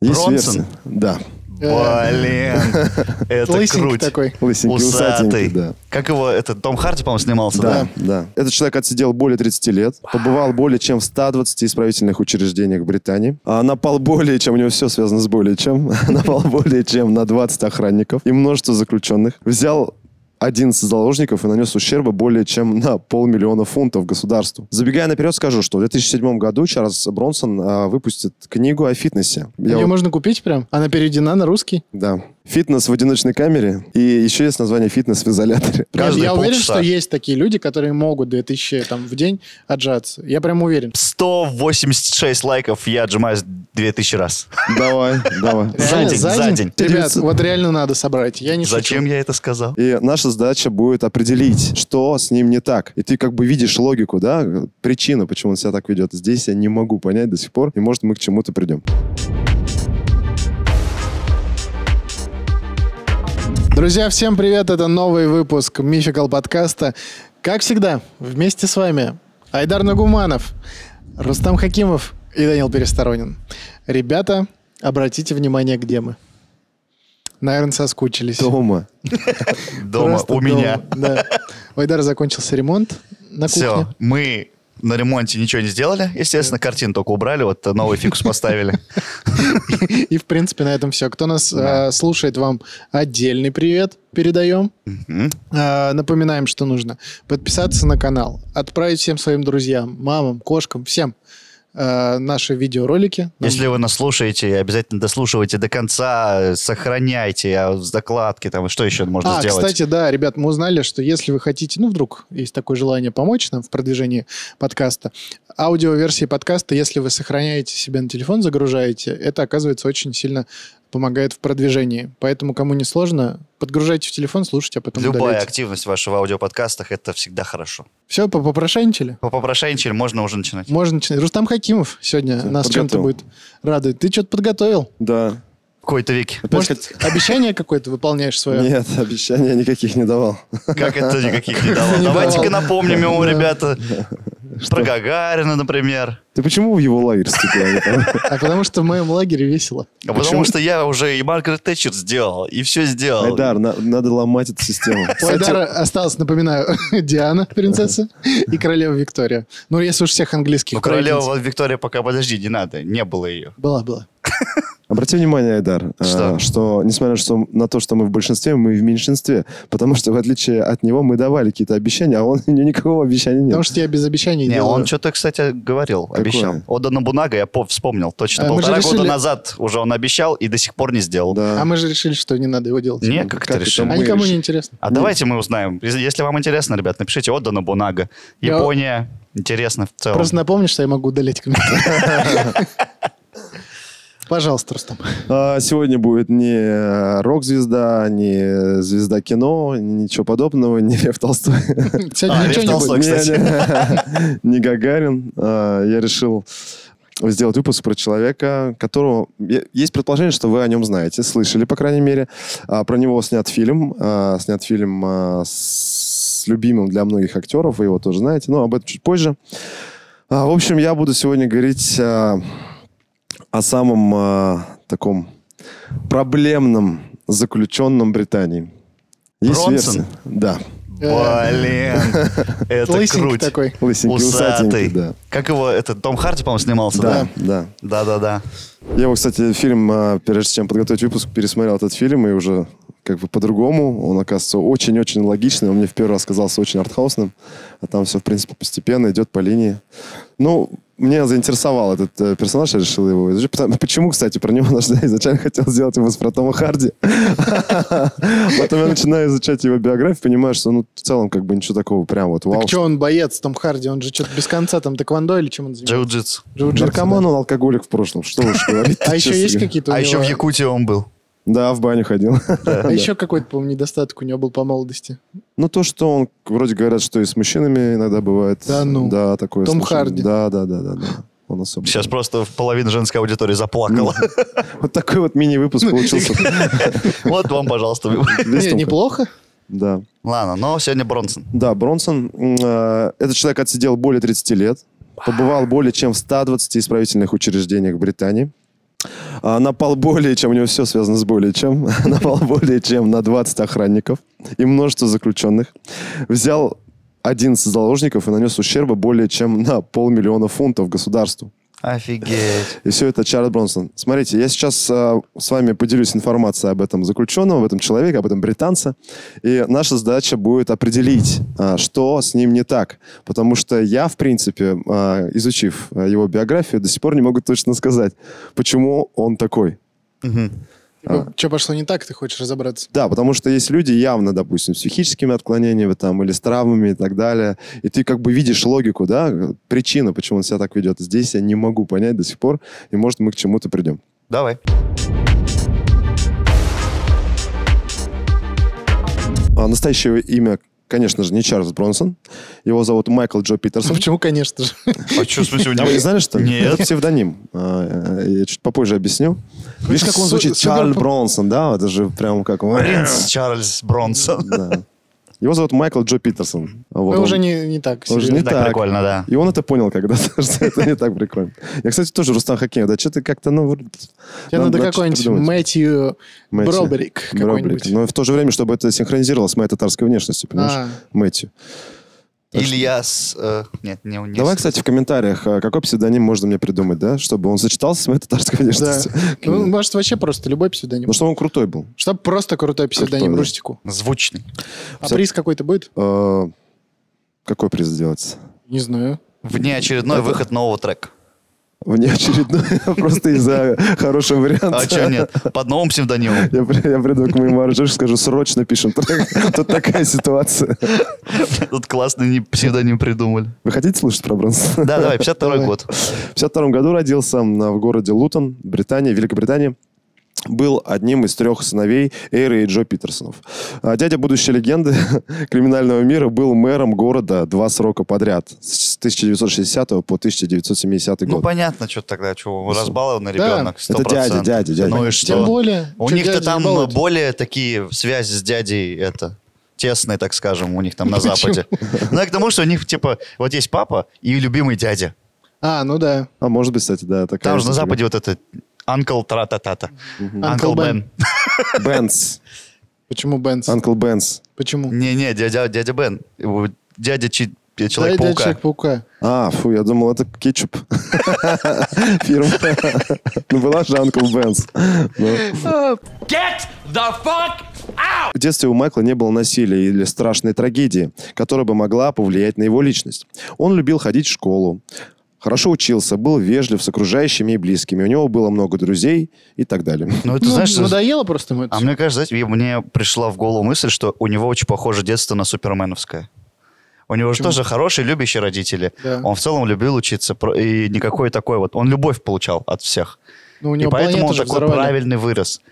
Есть Бронсон? версия. Да. Блин, это Э, Лысенький круть. такой. Лысенький, Усатый. усатенький, да. Как его, это Том Харди, по-моему, снимался, да? Да, да. Этот человек отсидел более 30 лет, побывал более чем в 120 исправительных учреждениях Британии, а напал более чем, у него все связано с более чем, напал более чем на 20 охранников и множество заключенных, взял 11 заложников и нанес ущерба более чем на полмиллиона фунтов государству. Забегая наперед, скажу, что в 2007 году Чарльз Бронсон а, выпустит книгу о фитнесе. Я Ее вот- можно купить прям? Она переведена на русский? Да. Фитнес в одиночной камере. И еще есть название фитнес в изоляторе. Каждые я уверен, полчаса. что есть такие люди, которые могут 2000 там, в день отжаться. Я прям уверен. 186 лайков, я отжимаюсь 2000 раз. Давай, давай. За Реально, день, за день. Ребят, 900. вот реально надо собрать. Я не Зачем шучу. я это сказал? И наша задача будет определить, что с ним не так. И ты как бы видишь логику, да, причину, почему он себя так ведет. Здесь я не могу понять до сих пор, и может мы к чему-то придем. Друзья, всем привет. Это новый выпуск Мификал подкаста. Как всегда, вместе с вами Айдар Нагуманов, Рустам Хакимов и Данил Пересторонин. Ребята, обратите внимание, где мы. Наверное, соскучились. Дома. Дома, Просто у дома, меня. Да. У Айдара закончился ремонт на кухне. Все, мы на ремонте ничего не сделали. Естественно, картину только убрали, вот э, новый фикус поставили. И, в принципе, на этом все. Кто нас э, слушает, вам отдельный привет передаем. Мгм. Э, напоминаем, что нужно. Подписаться на канал, отправить всем своим друзьям, мамам, кошкам, всем э, наши видеоролики. Нам- Если вы нас слушаете, обязательно дослушивайте до конца, э, сохраняйте а, закладки, там, что еще можно а, сделать? кстати, да, ребят, мы узнали, что если вы хотите, ну, вдруг есть такое желание помочь нам в продвижении подкаста, аудиоверсии подкаста, если вы сохраняете себе на телефон, загружаете, это, оказывается, очень сильно помогает в продвижении. Поэтому, кому не сложно, подгружайте в телефон, слушайте, а потом Любая удаляйте. активность в ваших аудиоподкастах – это всегда хорошо. Все, попрошайничали? Попрошайничали, можно уже начинать. Можно начинать. Рустам Хакимов сегодня Всё, нас чем-то подготовил. будет радовать. Ты что-то подготовил? Да. В какой-то веке. Опять Может, обещание какое-то выполняешь хот- свое? Нет, обещаний я никаких не давал. Как это никаких не дало? Не Давайте-ка давал. напомним ему, Да. ребята, про Гагарина, например. Ты почему в его лагерь вступил? Я не понимаю. А потому что в моем лагере весело. А Почему? Ну Потому что я уже и Маргарет Тэтчер сделал, и все сделал. Айдар, на- надо ломать эту систему. У Айдара осталась, напоминаю, Диана, принцесса, и королева Виктория. Ну, если уж всех английских Ну, королева Виктория пока, подожди, не надо, не было ее. Была, была. Обрати внимание, Айдар, э, Что? что несмотря на что- на то, что мы в большинстве, мы в меньшинстве. Потому что, в отличие от него, мы давали какие-то обещания, а он у него никакого обещания нет. Потому что я без обещаний Не, делаю. он что-то, кстати, говорил, Какое? обещал. Ода Набунага, я по- вспомнил, точно. А, мы же Полтора года решили- назад уже он обещал и до сих пор не сделал. Да. А мы же решили, что не надо его делать. Не, как, Как ты это решил? мы а никому решили. не интересно. А давайте мы узнаем. Если- Если вам интересно, ребят, напишите Ода Набунага. Я- Япония, интересно в целом. Просто напомню, что я могу удалять комментарии. Пожалуйста, Рустам. А, Сегодня будет не э, рок-звезда, не звезда кино, ничего подобного, не Лев Толстой. Сегодня А, ничего Лев не будет. Толстой, Не- кстати. не- Не Гагарин. А, Я решил сделать выпуск про человека, которого... е- Есть предположение, что вы о нем знаете, слышали, по крайней мере. А, Про него снят фильм. а, Снят фильм а, с любимым для многих актеров, вы его тоже знаете, но об этом чуть позже. А, В общем, я буду сегодня говорить а, о самом а, таком проблемном заключенном Британии. Есть Бронсон? версия? Да. Блин, это Лысенький круть. такой. Лысенький, Усатый. усатенький, да. Как его, это Том Харди, по-моему, снимался, Да, да? да. Да-да-да. Я его, кстати, фильм, э, прежде чем подготовить выпуск, пересмотрел этот фильм, и уже как бы по-другому. Он, оказывается, очень-очень логичный. Он мне в первый раз казался очень артхаусным. А там все, в принципе, постепенно идет по линии. Ну, меня заинтересовал этот э, персонаж, я решил его изучить. Потому- Почему, кстати, про него даже я изначально хотел сделать выпуск про Тома Харди. Потом я начинаю изучать его биографию, понимаю, что, ну, в целом, как бы ничего такого прям вот вау. Так что он боец, Том Харди? Он же что-то без конца там тэквондо или чем он занимается? Джиу-джитсу. Джиу-джитсу, Наркоман да. он алкоголик в прошлом, что уж говорить. А еще есть какие-то у А еще в него- Якутии он был. Да, в баню ходил. А еще какой-то, по-моему, недостаток у него был по молодости. Ну, то, что он, вроде говорят, что и с мужчинами иногда бывает. Да ну. Да, такое. Том случай. Харди. Да, да, да, да, да. Он особо. Сейчас просто половина женской аудитории заплакала. Вот такой вот мини-выпуск получился. Вот вам, пожалуйста. Ну, Не, Листовка. неплохо. Да. Ладно, но сегодня Бронсон. Да, Бронсон. м, э, Этот человек отсидел более 30 лет. Побывал более чем в 120 исправительных учреждениях Британии. а, напал более чем, у него все связано с более чем, напал более чем на 20 охранников и множество заключенных. Взял 11 заложников и нанес ущерба более чем на полмиллиона фунтов государству. Офигеть. И все это Чарльз Бронсон. Смотрите, я сейчас а, с вами поделюсь информацией об этом заключенном, об этом человеке, об этом британце. И наша задача будет определить, а, что с ним не так. Потому что я, в принципе, а, изучив а, его биографию, до сих пор не могу точно сказать, почему он такой. Мгм. А. Что Ну, пошло не так, ты хочешь разобраться? Да, потому что есть люди явно, допустим, с психическими отклонениями там, или с травмами и так далее. И ты как бы видишь логику, да, причину, почему он себя так ведет. Здесь я не могу понять до сих пор, и может мы к чему-то придем. Давай. А, Настоящее имя, конечно же, не Чарльз Бронсон. Его зовут Майкл Джо Питерсон. Почему, конечно же. А что, в смысле, у А вы не знали, что ли? Нет. Это псевдоним. А, э, Я чуть попозже объясню. Видишь, как он Су- звучит? супер- Чарльз Бронсон, да? Это же прям как... Принц Чарльз Бронсон. Да. Его зовут Майкл Джо Питерсон. Вот он. Ну, уже не, не так. Уже серьезно. не Так так. прикольно, да. И он это понял когда-то, что это не так прикольно. Я, кстати, тоже Рустам Хакимов. Да что ты как-то... Ну, вроде- Тебе надо что-то какой-нибудь придумать. Мэтью Мэтью. Броберик какой-нибудь. Бробрик. ну, Но в то же время, чтобы это синхронизировалось с моей татарской внешностью, понимаешь? А. Мэтью. Так что- Ильяс... э, Нет, не не- Давай, кстати, в комментариях, а, какой псевдоним можно мне придумать, да? Чтобы он сочетался с моей татарской Да. внешностью. Ну, может, вообще просто любой псевдоним. Ну, что он крутой был. Чтоб просто крутой псевдоним Крутой, да. Рустику. Звучный. А Всё. приз какой-то будет? Э, Какой приз сделать? Не знаю. Внеочередной выход нового трека. Вне очередной, просто из-за хорошего варианта. А что нет? Под новым псевдонимом. Я, при- я приду к моему аранжиру и скажу, срочно пишем трек. Тут такая ситуация. Тут классный не- псевдоним придумали. Вы хотите слушать про Бронсона? Да, давай, 52 год. В 52 году родился м, в городе Лутон, Британия, Великобритания. Был одним из трех сыновей Эйры и Джо Питерсонов. А Дядя будущей легенды криминального мира был мэром города два срока подряд. С 1960 по 1970 Ну, год. понятно, что тогда, что разбалованный Да. ребенок, 100%. дядя, дядя, дядя. Ну и Тем что? более. У чё них-то дядя там ебалует? более такие связи с дядей, это, тесные, так скажем, у них там на Почему? Западе. Ну, я к тому, что у них, типа, вот есть папа и любимый дядя. А, ну да. а может быть, кстати, да. Такая Там же на история. Западе вот это Анкл Тра-та-та-та. Анкл Uncle Бен. Бенц. Почему Бенс? Анкл Бенц. Почему? Не-не, дядя дядя Бен. У Дядя Чи- Человек-паука. Человек-паука. А, фу, я думал, это кетчуп. Фирма. Ну, была же Анкл Бенц. Ну. Get the fuck out! В детстве у Майкла не было насилия или страшной трагедии, которая бы могла повлиять на его личность. Он любил ходить в школу, хорошо учился, был вежлив с окружающими и близкими, у него было много друзей и так далее. Ну, это Ну, знаешь, что- надоело просто ему это А всё. мне кажется, знаете, мне пришла в голову мысль, что у него очень похоже детство на суперменовское. У него же тоже хорошие, любящие родители. Да. Он в целом любил учиться, про- и никакой такой вот... Он любовь получал от всех. Ну, у И него поэтому планету он же такой взорвали. правильный вырос.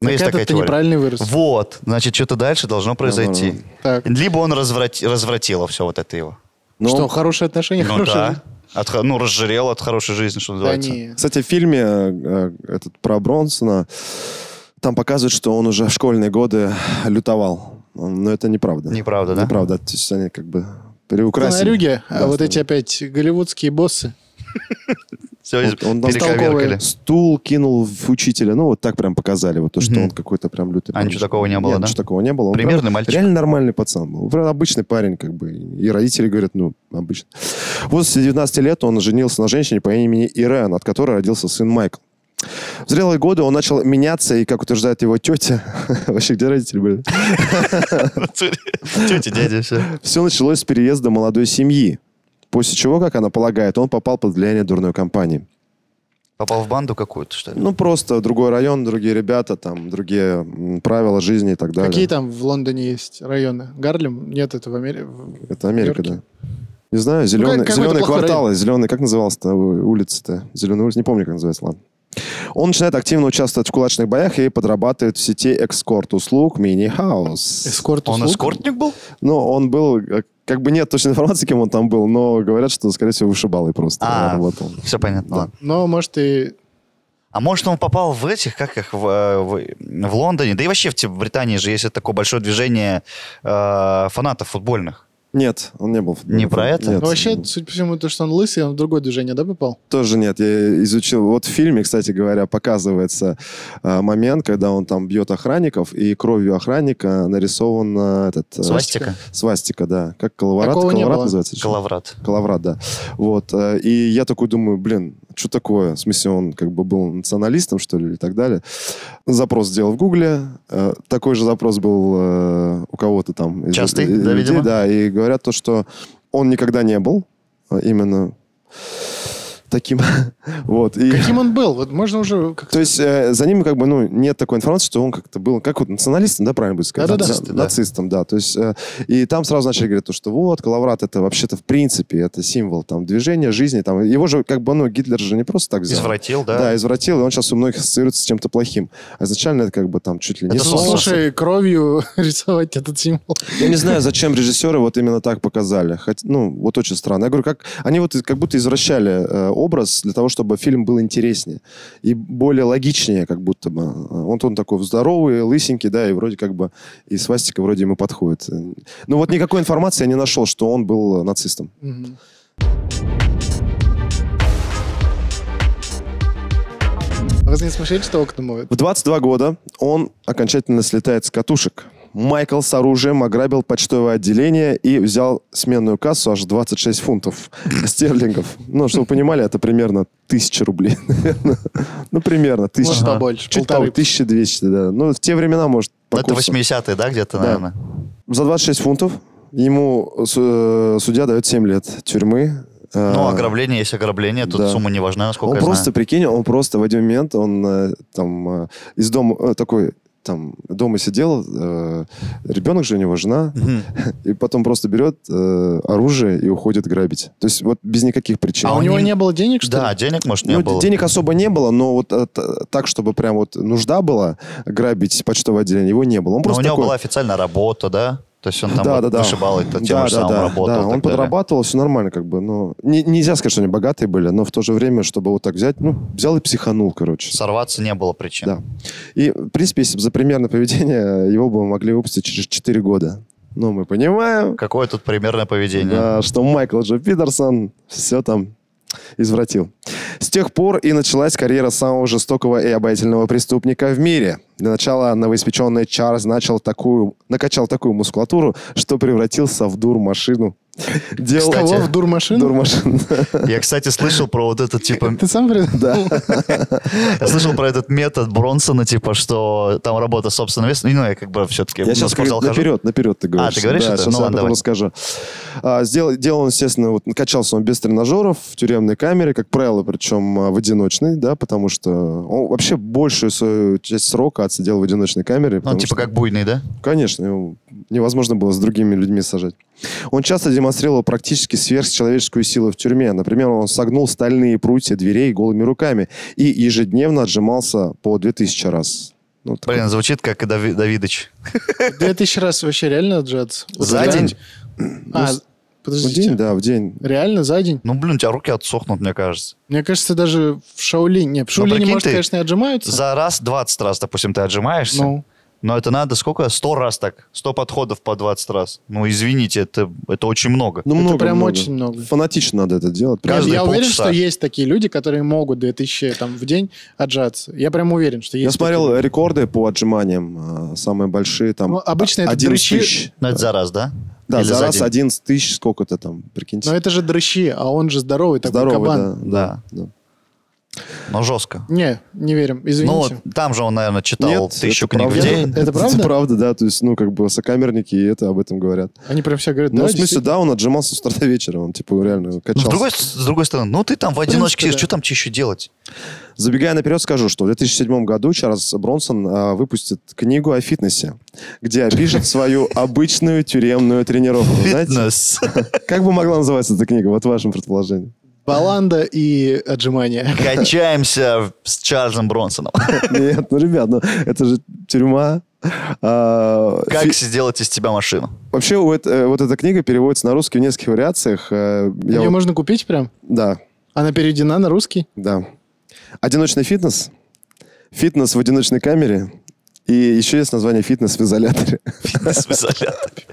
Ну, Так есть этот такая ты теория. неправильный вырос. Вот. Значит, что-то дальше должно произойти. Так. Либо он разврати- развратило все вот это его. Но, Что, хорошие отношения, Ну хорошие. да. От хо- ну, разжирел от хорошей жизни, что Да называется. не. Кстати, в фильме э, э, этот, про Бронсона там показывают, что он уже в школьные годы лютовал. Но это неправда. Неправда, да? Неправда. То есть они как бы переукрасили. Конорюги, а Да, вот эти опять голливудские боссы. Все Он- он перековеркали. бестолковый. стул кинул в учителя. Ну, вот так прям показали, вот то, что Мгм. он какой-то прям лютый. А ничего такого не было, Нет, да? ничего такого не было. Он Примерный прям мальчик. Реально нормальный пацан был. Прям обычный парень, как бы. И родители говорят, ну, обычно. В возрасте 19 лет он женился на женщине по имени Ирен, от которой родился сын Майкл. В зрелые годы он начал меняться, и, как утверждает его тетя, вообще где родители были? Тетя, дядя, все. Все началось с переезда молодой семьи, после чего, как она полагает, он попал под влияние дурной компании. Попал в банду какую-то, что ли? Ну, просто другой район, другие ребята, там, другие м, правила жизни и так далее. Какие там в Лондоне есть районы? Гарлем? Нет, это в Америке. Это Америка, Нью-Йорке? да. Не знаю, Ну, зеленые, какой-то зеленые плохой кварталы, зеленые, как называлась-то у- улица-то? Зеленая улица, не помню, как называется, ладно. Он начинает активно участвовать в кулачных боях и подрабатывает в сети экскорт-услуг мини-хаус. Эскорт Он услуг? эскортник был? Ну, он был, э, как бы нет точной информации, кем он там был, но говорят, что, скорее всего, вышибалый просто А. работал. Все понятно. ладно. Но, может, и... А может, он попал в этих, как их, в, э, в- в Лондоне, да и вообще в, типа, в Британии же есть такое большое движение э, фанатов футбольных. Нет, он не был. Не фотографом. про это? Нет. Ну, вообще, судя по всему, то, что он лысый, он в другое движение, да, попал? Тоже нет, я изучил. Вот в фильме, кстати говоря, показывается э, момент, когда он там бьет охранников, и кровью охранника нарисован э, этот... э, Свастика. Свастика, да. Как коловрат? Такого не коловрат было. называется? Что? Головрат. Коловрат, да. Вот. э, И я такой думаю, блин, что такое? В смысле, он как бы был националистом, что ли, и так далее. Запрос сделал в Гугле. э, Такой же запрос был э, у кого-то там. из- Частый, из да, людей, видимо. Да, и говорят то, что он никогда не был э, именно таким. Вот. И... Каким он был? Вот можно уже как-то... То есть э, за ним как бы ну нет такой информации, что он как-то был как вот националистом, да, правильно будет сказать? Да-да-да. Наци- Нацист, да. Нацистом, да. То есть э, и там сразу начали говорить то, что вот Коловрат это вообще-то в принципе это символ там движения жизни, там его же как бы ну Гитлер же не просто так взял. Извратил, да. Да, извратил, и он сейчас у многих ассоциируется с чем-то плохим. А изначально это как бы там чуть ли не... Это слава. Слушай, кровью рисовать этот символ. Я не знаю, зачем режиссеры вот именно так показали. Хоть, ну, вот очень странно. Я говорю, как они вот как будто извращали э, образ для того, чтобы фильм был интереснее и более логичнее, как будто бы. Э, Вот он такой здоровый, лысенький, да, и вроде как бы и свастика вроде ему подходит. Ну вот никакой информации я не нашел, что он был нацистом. Мгм. А Вы не смотрели, что окна моют? В 22 года он окончательно слетает с катушек. Майкл с оружием ограбил почтовое отделение и взял сменную кассу аж 26 фунтов стерлингов. Ну, чтобы вы понимали, это примерно 1000 рублей. наверное. Ну, примерно 1000. Может, побольше, Чуть полторы. того, 1200, да. Ну, в те времена, может, по Это курсу. 80-е, да, где-то, Да. наверное? За 26 фунтов ему су- э, судья дает 7 лет тюрьмы. Ну, А, ограбление есть ограбление, тут да. сумма не важна, насколько он я просто, знаю. прикинь, он просто в один момент, он э, там э, из дома, э, такой, там, дома сидел, э, ребенок же у него, жена, Мгм. и потом просто берет э, оружие и уходит грабить. То есть вот без никаких причин. А у он него не- не было денег, что Да, ли? денег, может, не Ну, было. денег особо не было, но вот э, т- так, чтобы прям вот нужда была грабить почтовое отделение, его не было. Он Но у просто него такой, была официальная работа, да? То есть он там да, да, вот да. вышибал это тем Да, же да, самым да, работал. да. и он так далее. подрабатывал, все нормально, как бы. Но не- нельзя сказать, что они богатые были, но в то же время, чтобы вот так взять, ну, взял и психанул, короче. Сорваться не было причин. Да. И, в принципе, если бы за примерное поведение, его бы могли выпустить через 4 года. Но мы понимаем, Какое тут примерное поведение? да, что Майкл Джо Пидерсон все там извратил. С тех пор и началась карьера самого жестокого и обаятельного преступника в мире. Для начала новоиспеченный Чарльз начал такую, накачал такую мускулатуру, что превратился в дур-машину. Делал... Кого? В дурмашину? Дур-машину. Я, кстати, слышал про вот этот, типа, Ты сам придумал? я слышал про этот метод Бронсона, типа, что там работа собственного веса. Ну, я как бы все-таки Я сейчас спортзал хожу. наперед, наперед ты говоришь. ты говоришь Да, это? сейчас Ну я ладно, потом давай. расскажу. А, сделал, делал он, естественно, вот качался он без тренажеров в тюремной камере, как правило, причем а, в одиночной, да, потому что он вообще большую свою часть срока отсидел в одиночной камере. Ну, потому типа, что- как буйный, да? Конечно, его невозможно было с другими людьми сажать. Он часто демонстрировал практически сверхчеловеческую силу в тюрьме. Например, он согнул стальные прутья дверей голыми руками и ежедневно отжимался по 2000 раз. Ну, такой Блин, звучит как Дави- Давидыч. Две тысячи раз вообще реально отжаться? За Реально? день? Ну, А, с- в день, подождите. да, в день. Реально за день? Ну, блин, у тебя руки отсохнут, мне кажется. Мне кажется, даже в Шаолине... Ну, Нет, в Шаолине, прикинь может, ты, конечно, и отжимаются. За раз 20 раз, допустим, ты отжимаешься. Ну, Но это надо сколько? 100 раз так. 100 подходов по 20 раз. Ну, извините, это, это очень много. Ну, Это много, прям много. очень много. Фанатично надо это делать. я, прям. каждые я уверен, полчаса. что есть такие люди, которые могут 2000 там, в день отжаться. Я прям уверен, что есть. Я смотрел такие. рекорды по отжиманиям. а, Самые большие там... Ну, обычно это 11 дрыщи. тысяч. Ну, это за раз, да? Да, Или за раз день? 11 тысяч сколько-то там, прикиньте. Но это же дрыщи, а он же здоровый такой Здоровый, кабан. да, да. Но жестко. Не, не верим, Ну, извините. вот там же он, наверное, читал Нет, тысячу это книг в правда. день. Это правда? Это правда, да. То есть, ну, как бы сокамерники и это об этом говорят. Они прям все говорят, Ну, да, в смысле, действительно. да, он отжимался с утра до вечера. Он, типа, реально Ну, с, качался. другой, с другой стороны, ну ты там в одиночке принципе, сидишь, да. что там тебе еще делать? Забегая наперед, скажу, что в 2007 году Чарльз Бронсон а, выпустит книгу о фитнесе, где опишет свою обычную тюремную тренировку. Знаете, Фитнес. как бы могла называться эта книга, вот в вашем предположении? Баланда и отжимания. Качаемся с Чарльзом Бронсоном. Нет, ну, ребят, ну, это же тюрьма. А, Как фи- сделать из тебя машину? Вообще, вот, э, вот эта книга переводится на русский в нескольких вариациях. Э, я Ее вот- можно купить прям? Да, Она переведена на русский? да. Одиночный фитнес, фитнес в одиночной камере И еще есть название «Фитнес в изоляторе». в изоляторе.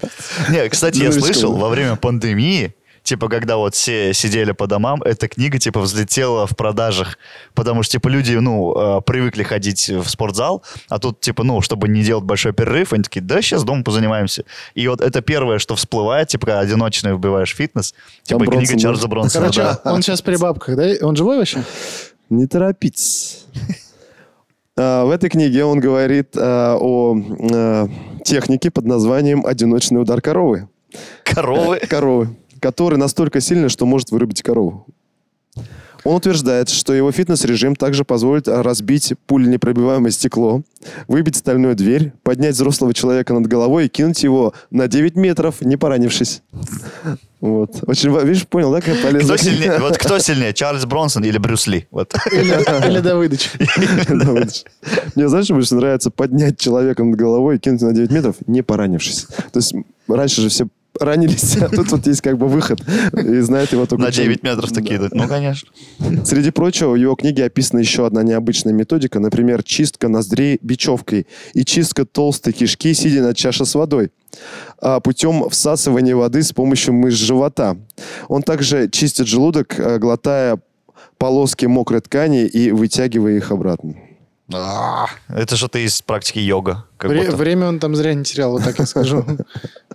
Не, кстати, я Новичком, слышал, да. во время пандемии, типа, когда вот все сидели по домам, эта книга, типа, взлетела в продажах, потому что, типа, люди, ну, э, привыкли ходить в спортзал, а тут, типа, ну, чтобы не делать большой перерыв, они такие, да, сейчас дома позанимаемся. И вот это первое, что всплывает, типа, когда одиночный вбиваешь фитнес, Там типа, книга Бронсон Ну, был. Чарльза Бронсона, Короче, да. он сейчас при бабках, да? Он живой вообще? Не торопитесь. А, В этой книге он говорит а, о э, технике под названием «Одиночный удар коровы». Коровы. Коровы, который настолько сильный, что может вырубить корову. Он утверждает, что его фитнес-режим также позволит разбить пуленепробиваемое стекло, выбить стальную дверь, поднять взрослого человека над головой и кинуть его на 9 метров, не поранившись. Вот. Очень, ва- видишь, понял, да, как полезно? Кто сильнее? Вот кто сильнее, Чарльз Бронсон или Брюс Ли? Вот. Или, или Давидыч? Да, вот ж. Мне знаешь, что больше нравится поднять человека над головой и кинуть на 9 метров, не поранившись. То есть раньше же все ранились, а тут вот есть как бы выход. И знает его только... На человек. 9 метров такие идут. Ну, конечно. Среди прочего, в его книге описана еще одна необычная методика, например, чистка ноздрей бечевкой и чистка толстой кишки, сидя на чаше с водой, а, путем всасывания воды с помощью мышц живота. Он также чистит желудок, а, глотая полоски мокрой ткани и вытягивая их обратно. А, Это что-то из практики йога. как Вре- будто. время он там зря не терял, вот так я скажу.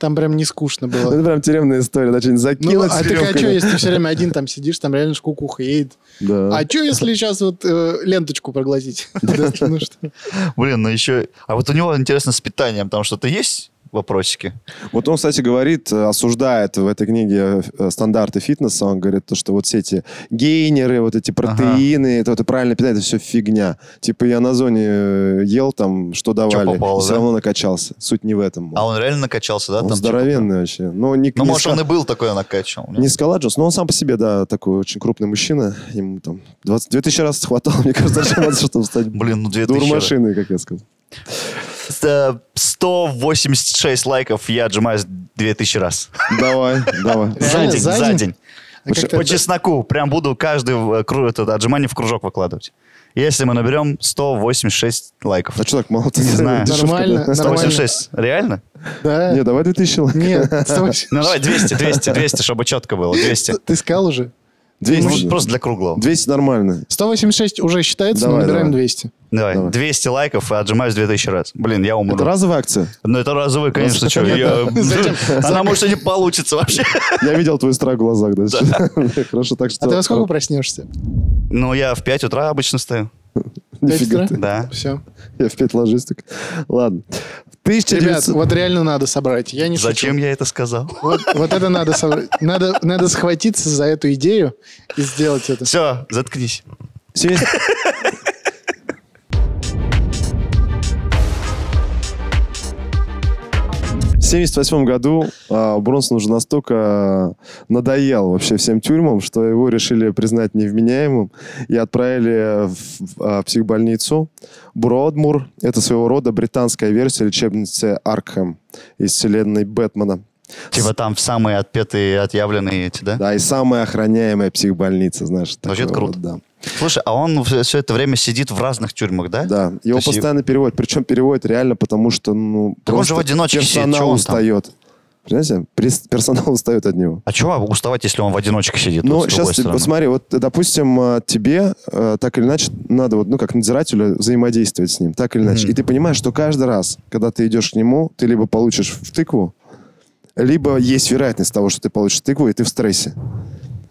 Там прям не скучно Ну, было. Это прям тюремная история, да, что-нибудь Ну, закинуть. а ты верёвкой, а чё, да. если ты все время один там сидишь, там реально шкукуха едет. Да. А что, если сейчас вот э, ленточку проглотить? Ну что? Блин, ну еще... А вот у него, интересно, с питанием там что-то есть? Вопросики. Вот он, кстати, говорит, э, осуждает в этой книге э, стандарты фитнеса. Он говорит, то, что вот все эти гейнеры, вот эти протеины, это вот и правильное питание, это все фигня. Типа я на зоне э, ел там, что давали, попало, и все да? равно накачался. Суть не в этом. А он реально накачался, да? Он там, типа? здоровенный вообще. Но не, Ну, не может, ска- он и был такой накачан. не Скала Джонс, но он сам по себе, да, такой очень крупный мужчина. Ему там 22 тысячи раз хватало, мне кажется, даже надо, чтобы стать Блин, ну 2000. дурмашиной, как я сказал. Э, 186 лайков, я отжимаюсь 2000 раз. Давай, давай. За Реально, день, за за день? день. А как По ты- чесноку. Прям буду каждый э, кру- этот отжимание в кружок выкладывать. Если мы наберем 186 лайков. А что так мало? Не знаю. Нормально, нормально. 186. Реально? Да. Не, давай 2000 лайков. Нет, стой. Ну, давай 200, 200, 200, чтобы четко было. 200. Ты сказал уже? 200. Ну, Просто для круглого. 200 нормально. 186 уже считается, но Давай, набираем давай. 200. Давай, Давай. 200 лайков и отжимаюсь 2000 раз. Блин, я умру. Это разовая акция? Ну, это разовый, конечно, что. Зачем? Она, может, и не получится вообще. Я видел твой страх в глазах, да? Хорошо, так что... А ты во сколько проснешься? Ну, я в 5 утра обычно стою. Пять Нифига утра? ты. Да. Все. Я в 5 ложусь. так. Ладно. Ребят, 1900... вот реально надо собрать. Я не шучу. Зачем я это сказал? Вот, вот это надо собрать. Надо, надо схватиться за эту идею и сделать это. Все, заткнись. Семьдесят- В 78 году а, Бронсон уже настолько а, надоел вообще всем тюрьмам, что его решили признать невменяемым и отправили в, в, а, психбольницу Бродмур. Это своего рода британская версия лечебницы Аркхэм из вселенной Бэтмена. Типа там самые отпетые, отъявленные эти, да? Да, и самая охраняемая психбольница, знаешь. Вообще это такое круто. вот, да. Слушай, а он все это время сидит в разных тюрьмах, да? Да, его есть постоянно переводят. Причем переводят реально, потому что, ну, Так он просто же в одиночке сидит, персонал чё он там? устает. Понимаете? Прис- Персонал устает от него. А чего уставать, если он в одиночке сидит? Ну, вот с другой сейчас, стороны? посмотри, вот, допустим, э, тебе э, так или иначе надо, вот, ну, как надзирателю взаимодействовать с ним, так или иначе. Мгм. И ты понимаешь, что каждый раз, когда ты идешь к нему, ты либо получишь в тыкву, либо есть вероятность того, что ты получишь тыкву, и ты в стрессе.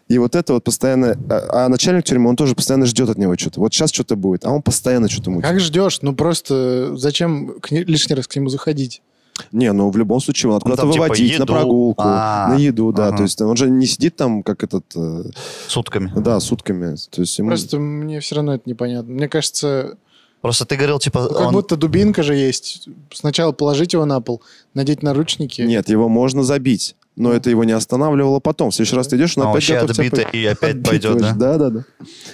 И вот это вот постоянно... А, а начальник тюрьмы, он тоже постоянно ждет от него что-то. Вот сейчас что-то будет, а он постоянно что-то мутит. Как ждешь? Ну просто зачем к ней- лишний раз к нему заходить? Не, ну в любом случае, надо Ну, куда-то там, типа, выводить, на еду. прогулку, А, на еду, да. ага. То есть он же не сидит там, как этот, э, Сутками. да, сутками. То есть ему... Просто мне все равно это непонятно. Мне кажется, Просто ты говорил, типа, ну, как он... будто дубинка же есть. Сначала положить его на пол, надеть наручники. Нет, его можно забить, но это его не останавливало потом. В следующий раз ты идешь, он А, он опять вообще готов тебя отбитый по- и опять отбить пойдет, хочет. Да, да, да.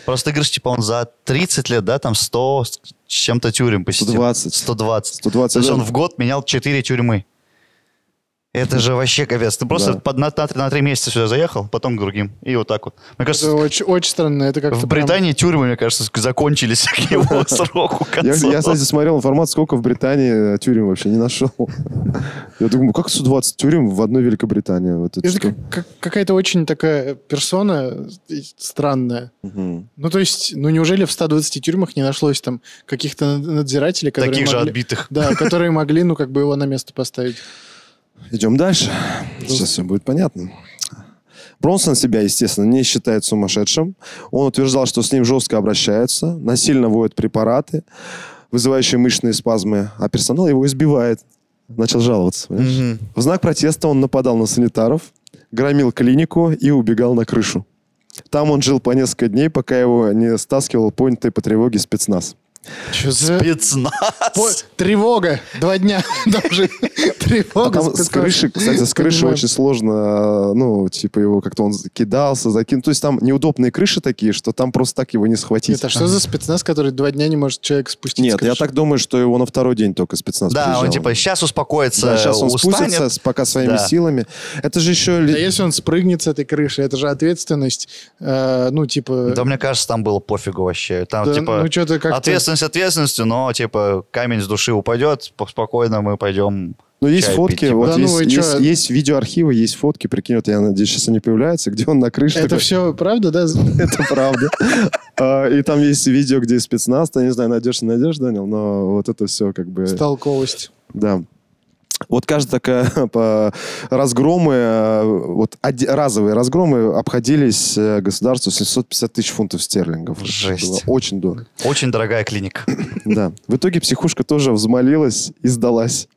Просто ты говоришь, типа, он за 30 лет, да, там 100 с чем-то тюрем посетил. 120. 120. 120, То есть да. он в год менял 4 тюрьмы. Это же вообще капец. Ты просто Да. под- на, на три- на три месяца сюда заехал, потом к другим. И вот так вот. Мне кажется, Это очень, очень странно. Это как-то в прям- Британии тюрьмы, мне кажется, ск- закончились к его сроку. к Я, концу. я, кстати, смотрел информацию, сколько в Британии э, тюрем вообще не нашел. Я думаю, «Ну, как 120 тюрем в одной Великобритании? Вот это Это что? как- как- какая-то очень такая персона э, странная. Мгм. Ну, то есть, ну, неужели в 120 тюрьмах не нашлось там каких-то над- надзирателей, которые Таких же могли- отбитых. Да, которые могли, ну, как бы его на место поставить. Идем дальше. Сейчас все будет понятно. Бронсон себя, естественно, не считает сумасшедшим. Он утверждал, что с ним жестко обращаются, насильно вводят препараты, вызывающие мышечные спазмы, а персонал его избивает. Начал жаловаться. понимаешь? Мгм. В знак протеста он нападал на санитаров, громил клинику и убегал на крышу. Там он жил по несколько дней, пока его не стаскивал поднятый по тревоге спецназ. Что за... По- Спецназ. Тревога. Два дня. Даже А тревога. там с крыши, кстати, с крыши Понимаю. очень сложно, э, ну, типа его как-то он кидался, закинул. То есть там неудобные крыши такие, что там просто так его не схватить. Нет, а что за спецназ, который два дня не может человек спустить с Нет, я крыши? так думаю, что его на второй день только спецназ Да, он приезжал. типа сейчас успокоится, Да, сейчас он устанет. спустится с- пока своими Да. силами. Это же еще... Да ли- А если он спрыгнет с этой крыши, это же ответственность, э, ну, типа... Да, мне кажется, там было пофигу вообще. Там, Да, типа, ну, чё-то как-то- ответственность ответственностью, но, типа, камень с души упадет, по- спокойно мы пойдем Ну, есть чай фотки, пить, типа. вот Да ну есть, вы чё? есть- есть видеоархивы, есть фотки, прикинь, вот я надеюсь, сейчас они появляются, где он на крыше. Это такой, все правда, да? Это правда. А, И там есть видео, где спецназ, ты не знаю, найдешь, не найдешь, Данил, но вот это все как бы... Столковость. Да. Вот каждая такая по- разгромы, э, вот оди- разовые разгромы обходились э, государству 750 тысяч фунтов стерлингов. Это Жесть. было очень дорого. Очень дорогая клиника. Да. В итоге психушка тоже взмолилась и сдалась.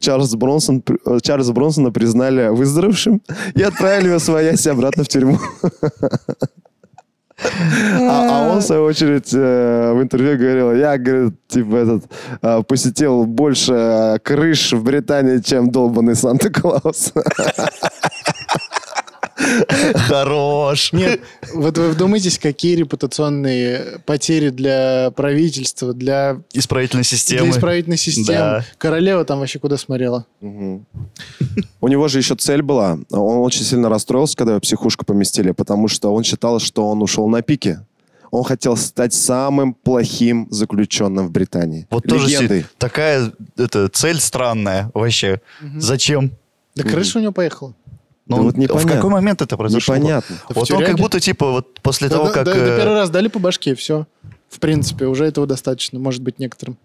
Чарльз Бронсон, при- э, Чарльза Бронсона признали выздоровевшим и отправили его своясь обратно в тюрьму. А, а он, в свою очередь, э, в интервью говорил, я, говорит, типа этот, э, посетил больше э, крыш в Британии, чем долбанный Санта-Клаус. Хорош. Нет, вот вы вдумайтесь, какие репутационные потери для правительства, для, Исправительной для системы. исправительной системы. Да. Королева там вообще куда смотрела? У него же еще цель была. Он очень сильно расстроился, когда его в психушку поместили, потому что он считал, что он ушел на пике. Он хотел стать самым плохим заключенным в Британии. Вот тоже Легендой. си- такая это, цель странная вообще. Зачем? Да крыша у него поехала. Ну, Да вот в непонятно. какой момент это произошло? Непонятно. Да в Вот он тюряге. как будто типа вот после Да, того, да, как... да, э, да, первый раз дали по башке, все. В принципе, уже этого достаточно, может быть, некоторым.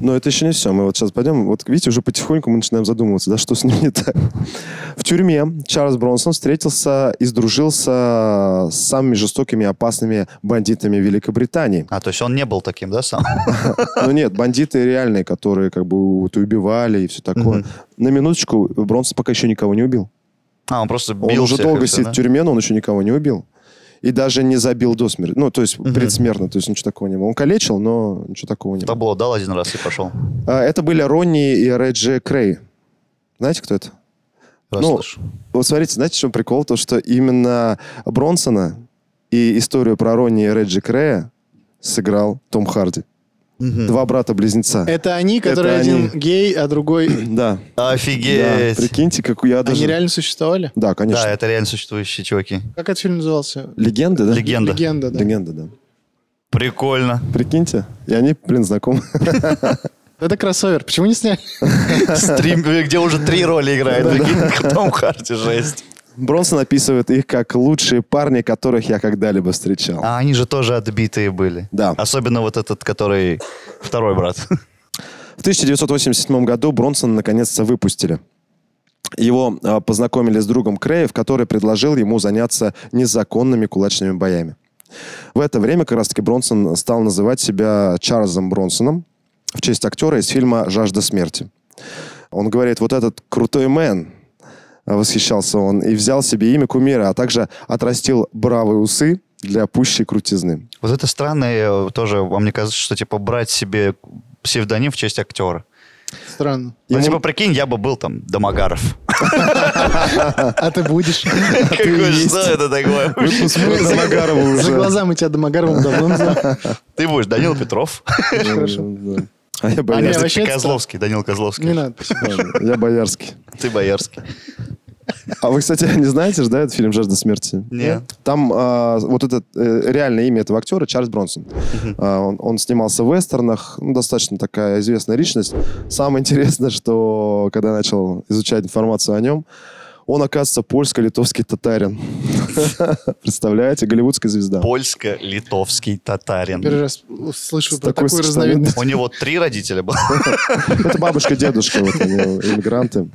Но это еще не все. Мы вот сейчас пойдем. Вот видите, уже потихоньку мы начинаем задумываться, да, что с ним не так. В тюрьме Чарльз Бронсон встретился и сдружился с самыми жестокими и опасными бандитами Великобритании. А, то есть он не был таким, да, сам? Ну нет, бандиты реальные, которые как бы вот убивали и все такое. Мгм. На минуточку Бронсон пока еще никого не убил. А, он просто Он бил уже всех и долго всё, сидит да? в тюрьме, но он еще никого не убил. И даже не забил до смерти. Ну, то есть предсмертно, то есть ничего такого не было. Он калечил, но ничего такого не было. Табло дал один раз и пошел. А, Это были Ронни и Реджи Крей. Знаете, кто это? Раз Ну, слышу. Вот смотрите, знаете, в чем прикол? То, что именно Бронсона и историю про Ронни и Реджи Крея сыграл Том Харди. Мгм. Два брата-близнеца. Это они, которые Это они. один гей, а другой... Да. Да, Офигеть. прикиньте, как я даже... Они реально существовали? Да, конечно. Да, это реально существующие чуваки. Как этот фильм назывался? Легенды, да? Легенда. Легенда, да. Легенда, да. Прикольно. Прикиньте. И они, блин, знакомы. Это кроссовер. Почему не сняли? Стрим, э, где уже три роли играет. Прикинь, Том Харди, жесть. Бронсон описывает их как лучшие парни, которых я когда-либо встречал. А они же тоже отбитые были. Да. Особенно вот этот, который второй брат. В 1987 году Бронсона наконец-то выпустили. Его э, познакомили с другом Креев, который предложил ему заняться незаконными кулачными боями. В это время как раз-таки Бронсон стал называть себя Чарльзом Бронсоном в честь актера из фильма «Жажда смерти». Он говорит, вот этот крутой мэн, э, восхищался он, и взял себе имя кумира, а также отрастил бравые усы для пущей крутизны. Вот это странно, э, тоже, а мне кажется, что типа брать себе псевдоним в честь актера. Странно. Ну, Ему- типа, прикинь, я бы был там Домогаров. А ты будешь? Какой, есть. что это такое? Выпуск про Домогарова уже. За глаза мы тебя Домогаровым давно называем. Ты будешь Данил Петров. Да. А я А боялся. Подожди, вообще это Козловский, Данил Козловский. Не надо. Ладно, Я боярский. Ты боярский. А вы, кстати, не знаете же, да, этот фильм «Жажда смерти»? Нет. Там а, вот это реальное имя этого актера Чарльз Бронсон. А, он, он снимался в вестернах, ну, достаточно такая известная личность. Самое интересное, что когда я начал изучать информацию о нем, он, оказывается, польско-литовский татарин. Представляете, голливудская звезда. Польско-литовский Первый татарин. раз слышу про Такой такую сочетание. разновидность. У него три родителя было. Это бабушка, дедушка, вот у него, иммигранты.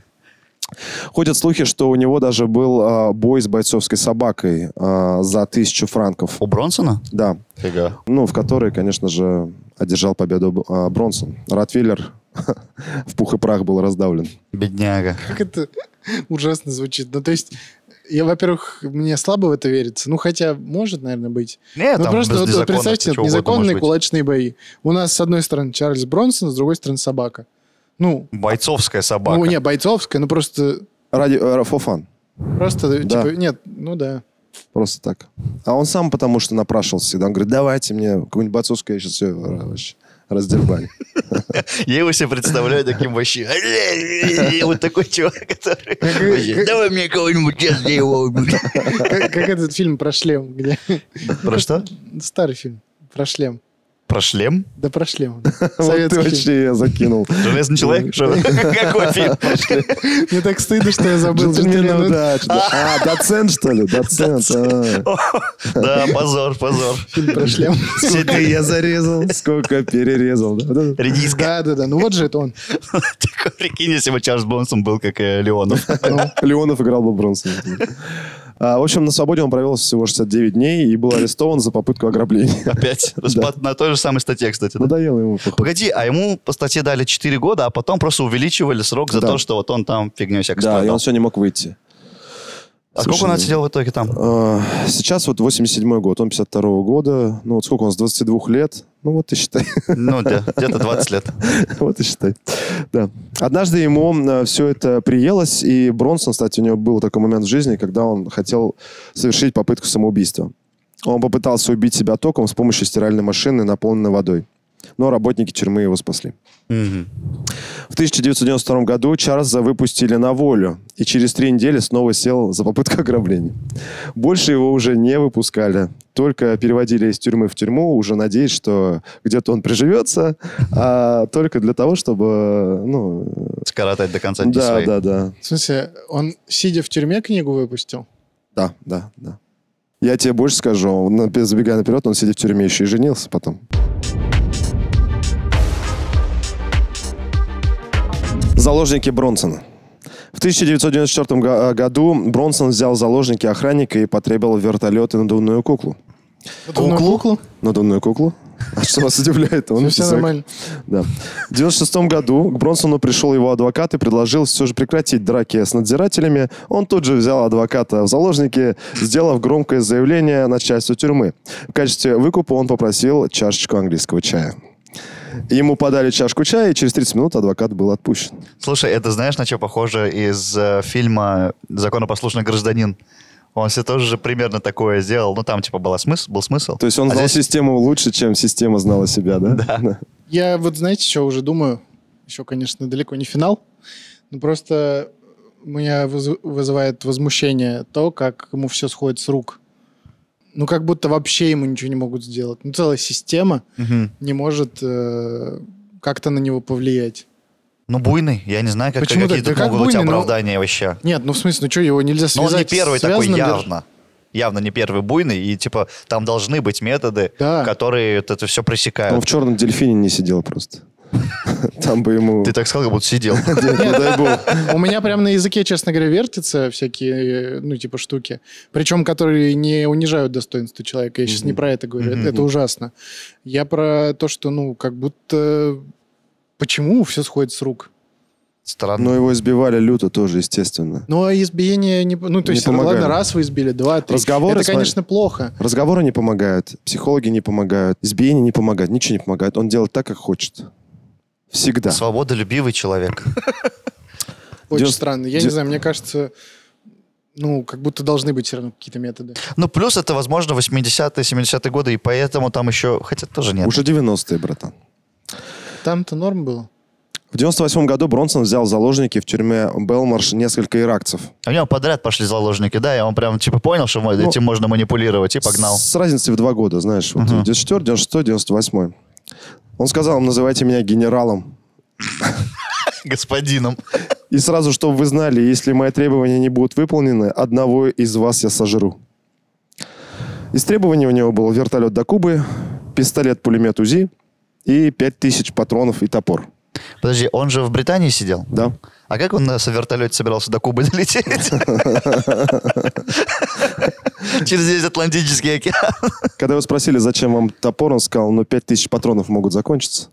Ходят слухи, что у него даже был а, бой с бойцовской собакой а, за тысячу франков. У Бронсона? Да, Фига. ну, в которой, конечно же, одержал победу Б- а, Бронсон. Ротвиллер в пух и прах был раздавлен. Бедняга. Как это ужасно звучит. Ну, то есть, я, во-первых, мне слабо в это верится. Ну, хотя может, наверное, быть. Нет, Ну, там просто без вот- вот незаконности представьте, чего угодно может незаконные быть. кулачные бои. У нас, с одной стороны, Чарльз Бронсон, с другой стороны, собака. Ну, Бойцовская ну, собака. не, бойцовская, ну просто, Ради э, фофан. просто, Да. типа, нет, ну да. Просто так. А он сам потому что напрашивался всегда. Он говорит, давайте мне какую-нибудь бойцовскую, я сейчас все раздербаню. Я его себе представляю таким вообще. И Вот такой чувак, который... вообще, Давай мне кого-нибудь, сейчас я его убью». Как, как этот фильм про шлем, где... Про что? Старый фильм про шлем. Про шлем? Да про шлем. Вот ты Советский фильм. вообще я закинул. Железный человек? Что? Какой фильм? Мне так стыдно, что я забыл. Джентльменов, «Джентльмены». да. что- А, доцент, что ли? Доцент. а. Да, позор, позор. Фильм про шлем. Сколько я зарезал, сколько перерезал. да? Вот это- Редиска. Да, да, да. Ну вот же это он. Такой, Прикинь, если бы Чарльз Бонсон был, как э, Леонов. Леонов играл бы Бронсон. А, В общем, на свободе он провел всего 69 дней и был арестован за попытку ограбления. Опять. По- На той же самой статье, Ну кстати. да? Надоело ему, походу. Погоди, а ему по статье дали 4 года, а потом просто увеличивали срок за Да. то, что вот он там фигню всякую Да, и страдал. он все не мог выйти. А сколько он Совершенно. отсидел в итоге там? А, Сейчас вот 87 год, он 52 года. Ну вот сколько он, с 22 лет? Ну вот и считай. Ну, да, где-то 20 лет. Вот и считай. Да. Однажды ему все это приелось, и Бронсон, кстати, у него был такой момент в жизни, когда он хотел совершить попытку самоубийства. Он попытался убить себя током с помощью стиральной машины, наполненной водой. Но работники тюрьмы его спасли. Мгм. В 1992 году Чарльза выпустили на волю, и через три недели снова сел за попытку ограбления. Больше его уже не выпускали, только переводили из тюрьмы в тюрьму, уже надеясь, что где-то он приживется, а только для того, чтобы, ну, Скоротать до конца дни да, свои. да, да, В смысле, он, сидя в тюрьме, книгу выпустил? да, да, да. Я тебе больше скажу, он, на- забегая наперед, он сидит в тюрьме еще и женился потом. Заложники Бронсона. В 1994 го- э, году Бронсон взял в заложники охранника и потребовал вертолет и надувную куклу. Надувную куклу? Надувную куклу? А что вас удивляет? Он Все писак. нормально. Да. В 96 году к Бронсону пришел его адвокат и предложил все же прекратить драки с надзирателями. Он тут же взял адвоката в заложники, сделав громкое заявление начальству тюрьмы. В качестве выкупа он попросил чашечку английского чая. Ему подали чашку чая, и через 30 минут адвокат был отпущен. Слушай, это знаешь, на что похоже из э, фильма «Законопослушный гражданин»? Он все тоже же примерно такое сделал. Ну, там, типа, была смысл, был смысл. То есть он А знал здесь- систему лучше, чем система знала себя, да? Да. Я вот, знаете, что уже думаю? Еще, конечно, далеко не финал. Но просто меня выз- вызывает возмущение то, как ему все сходит с рук. Ну, как будто вообще ему ничего не могут сделать. Ну, целая система Мгм. не может э, как-то на него повлиять. Ну, буйный. Я не знаю, как, Почему какие так? Да тут как могут быть буйный, ну- оправдания вообще. Нет, ну в смысле, ну что, его нельзя Но связать он не первый с такой, связанным даже? явно. Явно не первый буйный. И, типа, там должны быть методы, Да. которые вот это все пресекают. Ну, Он в черном дельфине не сидел просто. Там бы ему... Ты так сказал, как будто сидел. Да, не дай бог. У меня прям на языке, честно говоря, вертятся всякие, ну, типа, штуки. Причем, которые не унижают достоинство человека. Я сейчас не про это говорю. Мгм. Это ужасно. Я про то, что, ну, как будто... Почему все сходит с рук? Странно. Но его избивали люто тоже, естественно. Ну, а избиение... Не... Ну, то Не есть, помогали. ладно, раз вы избили, два, три. Разговоры, Это, смотри. конечно, плохо. Разговоры не помогают, психологи не помогают, избиение не помогает, ничего не помогает. Он делает так, как хочет. Всегда. Свободолюбивый человек. Очень Дес- странно. Я не дес- знаю, мне кажется... Ну, как будто должны быть все равно какие-то методы. Ну, плюс это, возможно, 80-е, 70-е годы, и поэтому там еще... Хотя тоже нет. Уже 90-е, братан. Там-то норм было. В 98 году Бронсон взял в заложники в тюрьме Белмарш несколько иракцев. У него подряд пошли заложники, да, и он прям типа понял, что мо- Ну, этим можно манипулировать, и погнал. С разницей в два года, знаешь, вот 94, 96, 98. Он сказал, называйте меня генералом. Господином. И сразу, чтобы вы знали, если мои требования не будут выполнены, одного из вас я сожру. Из требований у него был вертолет до Кубы, пистолет-пулемет УЗИ и 5000 патронов и топор. Подожди, он же в Британии сидел? Да? А как он на вертолете собирался до Кубы долететь? Через весь Атлантический океан. Когда его спросили, зачем вам топор, он сказал, ну, 5000 патронов могут закончиться.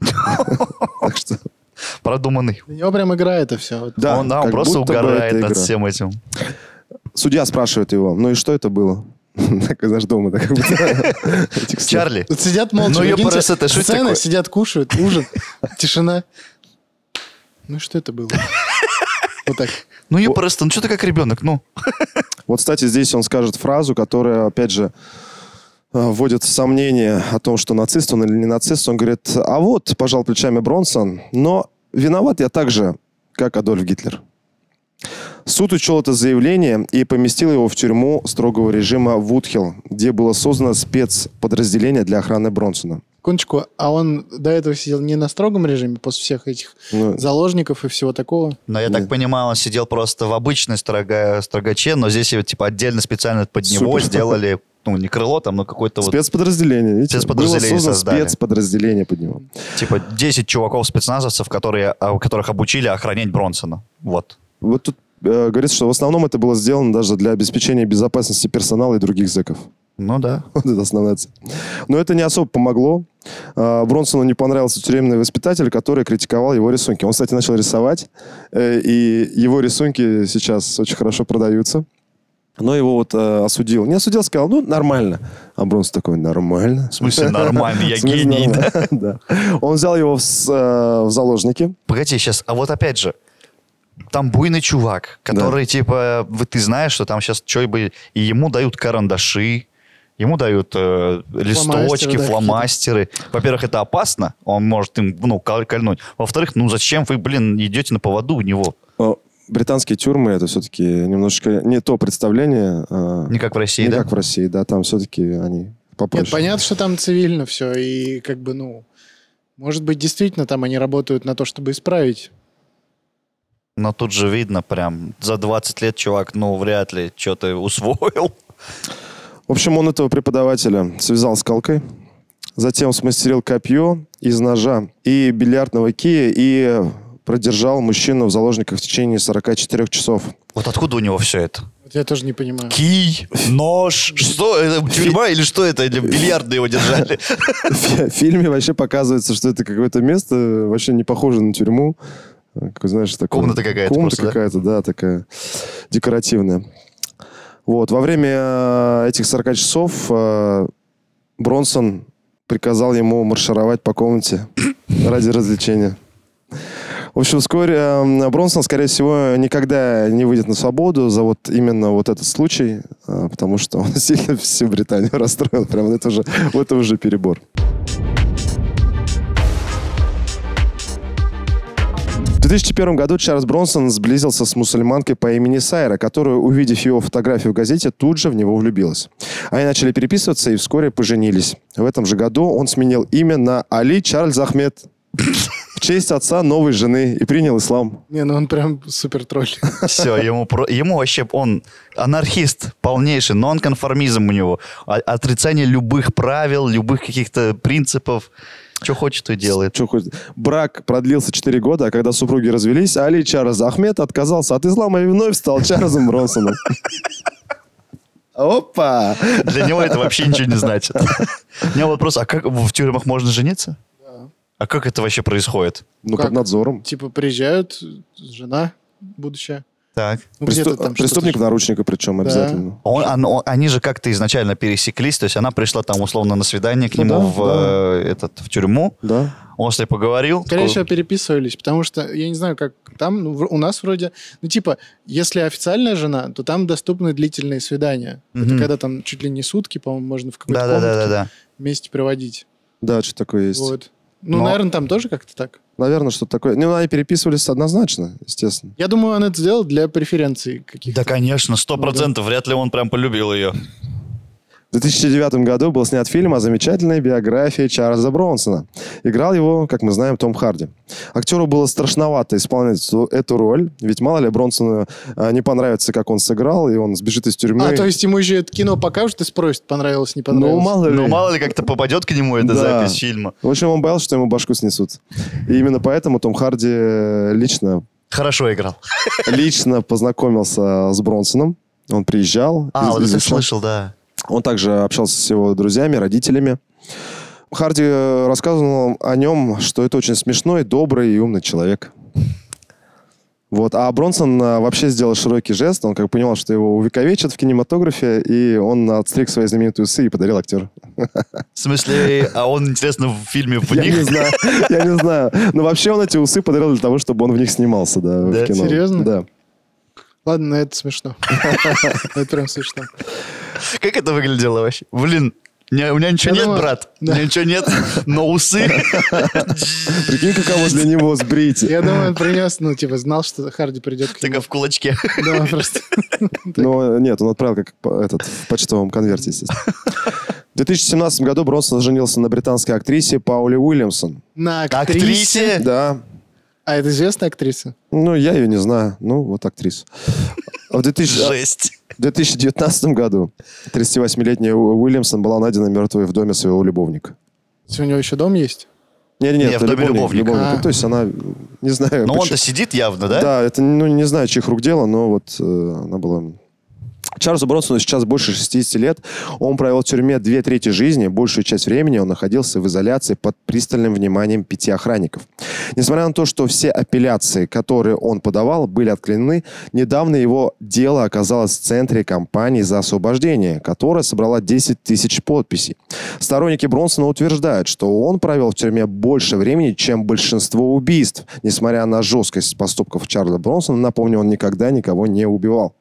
Так что... Продуманный. У него прям игра это все. Да, он, да, он как просто будто бы угорает это над игра. всем этим. Судья спрашивает его, ну и что это было? Так, знаешь, дома так как будто. Чарли. Тут сидят молча. Ну, прикиньте, ёпарас, это шо сцена, такое? сидят, кушают, ужин, тишина. Ну и что это было? Вот так. Ну, я просто, ну что ты как ребенок, ну. Вот, кстати, здесь он скажет фразу, которая, опять же, э, вводит в сомнение о том, что нацист он или не нацист. Он говорит, а вот, пожал плечами Бронсон, но виноват я так же, как Адольф Гитлер. Суд учел это заявление и поместил его в тюрьму строгого режима Вудхилл, где было создано спецподразделение для охраны Бронсона. Секундочку, а он до этого сидел не на строгом режиме после всех этих Ну, заложников и всего такого? Но я так понимаю, он сидел просто в обычной строга- строгаче, но здесь его типа отдельно специально под него Супер. сделали, ну, не крыло там, но какое-то вот, спецподразделение, видите? Спецподразделение Было создано создали. спецподразделение под него. типа, 10 чуваков-спецназовцев, которые, а, которых обучили охранять Бронсона. Вот. Вот тут э, говорится, что в основном это было сделано даже для обеспечения безопасности персонала и других зэков. Ну да. Вот это основная цель. Но это не особо помогло. А, Бронсону не понравился тюремный воспитатель, который критиковал его рисунки. Он, кстати, начал рисовать, э, и его рисунки сейчас очень хорошо продаются. Но его вот э, осудил. Не осудил, сказал, ну, нормально. А Бронсон такой, нормально. В смысле нормально, я В смысле, гений. да. нормально? Да. Он взял его в, с- э, в заложники. Погоди, сейчас, а вот опять же, там буйный чувак, который, типа, вот ты знаешь, что там сейчас что бы... И ему дают карандаши, ему дают э, листочки, да, фломастеры. Во-первых, это опасно, он может им, ну, кол- кольнуть. Во-вторых, ну, зачем вы, блин, идете на поводу у него? Э, Британские тюрьмы это все-таки немножечко не то представление. э, Не как в России, не да? как в России, да, там все-таки они попроще. Нет, понятно, что там цивильно все, и как бы, ну, может быть, действительно там они работают на то, чтобы исправить. Но тут же видно прям, за 20 лет чувак, ну, вряд ли что-то усвоил. В общем, он этого преподавателя связал скалкой, затем смастерил копье из ножа и бильярдного кия и продержал мужчину в заложниках в течение 44 часов. Вот откуда у него все это? Вот я тоже не понимаю. Кий, нож. Что? Это тюрьма или что это? Или бильярд его держали? В фи- фильме вообще показывается, что это какое-то место, э, вообще не похоже на тюрьму. Э, Как, знаешь, такое- Комната какая-то Комната просто, да? какая-то, да? такая декоративная. Вот, во время э, этих 40 часов э, Бронсон приказал ему маршировать по комнате ради развлечения. В общем, вскоре э, Бронсон, скорее всего, никогда не выйдет на свободу за вот именно вот этот случай, э, потому что он сильно всю Британию расстроил. Прям вот это уже, вот это уже перебор. В 2001 году Чарльз Бронсон сблизился с мусульманкой по имени Сайра, которая, увидев его фотографию в газете, тут же в него влюбилась. Они начали переписываться и вскоре поженились. В этом же году он сменил имя на Али Чарльз Ахмед в честь отца новой жены и принял ислам. Не, ну он прям супер тролль. Все, ему, про- ему вообще, он анархист полнейший, нонконформизм у него. о- Отрицание любых правил, любых каких-то принципов. Что хочет, то и делает. Чё хоть- Брак продлился 4 года, а когда супруги развелись, Али Чарльз Ахмед отказался от ислама и вновь стал Чарльзом Бронсоном. Опа! Для него это вообще ничего не значит. У меня вопрос, а как в тюрьмах можно жениться? А как это вообще происходит? Ну, Как? под надзором. Типа приезжают, жена будущая. Так. Ну, Престу- где-то там что-то Преступник в же. наручниках причем обязательно. А Он- он- он- они же как-то изначально пересеклись, то есть она пришла там условно на свидание к Ну нему да, в, э, этот, в тюрьму, Да. он с ней поговорил. Скорее такой, всего, переписывались, потому что, я не знаю, как там, ну, в- у нас вроде, ну, типа, если официальная жена, то там доступны длительные свидания. Это Мгм. когда там чуть ли не сутки, по-моему, можно в какой-то Да, да, да, да, комнатке да. вместе проводить. Да, что такое есть. Вот. Ну, Но- наверное, там тоже как-то так. Наверное, что-то такое. Ну, они переписывались однозначно, естественно. Я думаю, он это сделал для преференций Да, каких-то. конечно, сто процентов. Вряд ли он прям полюбил ее. В 2009 году был снят фильм о замечательной биографии Чарльза Бронсона. Играл его, как мы знаем, Том Харди. Актеру было страшновато исполнять эту- эту роль, ведь мало ли Бронсону э, не понравится, как он сыграл, ну и он сбежит из тюрьмы. А, то есть ему еще это кино покажут и спросят, понравилось, не понравилось. ну, мало ли. Ну, мало ли как-то попадет к нему эта Да. запись фильма. В общем, он боялся, что ему башку снесут. И именно поэтому Том Харди э, лично, Хорошо играл. лично познакомился с Бронсоном. Он приезжал. А, из- вот это я изучал. слышал, да. Он также общался с его друзьями, родителями. Харди э, рассказывал о нем, что это очень смешной, добрый и умный человек. Вот. А Бронсон э, вообще сделал широкий жест. Он как понимал, что его увековечат в кинематографе, и он отстриг свои знаменитые усы и подарил актеру. В смысле, а он, интересно, в фильме в Я не них? знаю. Я не знаю. Но вообще он эти усы подарил для того, чтобы он в них снимался, да, в Да? кино. Серьезно? Да. Ладно, это смешно. Это прям смешно. Как это выглядело вообще? Блин, не- у меня ничего Я нет, думаю, брат. У да. меня ничего нет, но усы. Прикинь, каково для него сбрить. Я думаю, он принес, ну, типа, знал, что Харди придет к Только нему. а в кулачке. Да, просто. Но Ну, нет, он отправил как по- этот, в почтовом конверте, естественно. В 2017 году Бронсон женился на британской актрисе Пауле Уильямсон. На актрисе. Актрисе. Да. А это известная актриса? Ну, я ее не знаю. Ну, вот актриса. А В 2000 Жесть. в 2019 году 38-летняя У- Уильямсон была найдена мертвой в доме своего любовника. Если у него еще дом есть? Не-не-не, Не, это в доме любовника. любовника. А. То есть она, не знаю... Но почему- он-то сидит явно, да? Да, это, ну, не знаю, чьих рук дело, но вот э, она была... Чарльзу Бронсону сейчас больше 60 лет. Он провел в тюрьме две трети жизни. Большую часть времени он находился в изоляции под пристальным вниманием пяти охранников. Несмотря на то, что все апелляции, которые он подавал, были отклонены, недавно его дело оказалось в центре кампании за освобождение, которая собрала 10 тысяч подписей. Сторонники Бронсона утверждают, что он провел в тюрьме больше времени, чем большинство убийств. Несмотря на жесткость поступков Чарльза Бронсона, напомню, он никогда никого не убивал.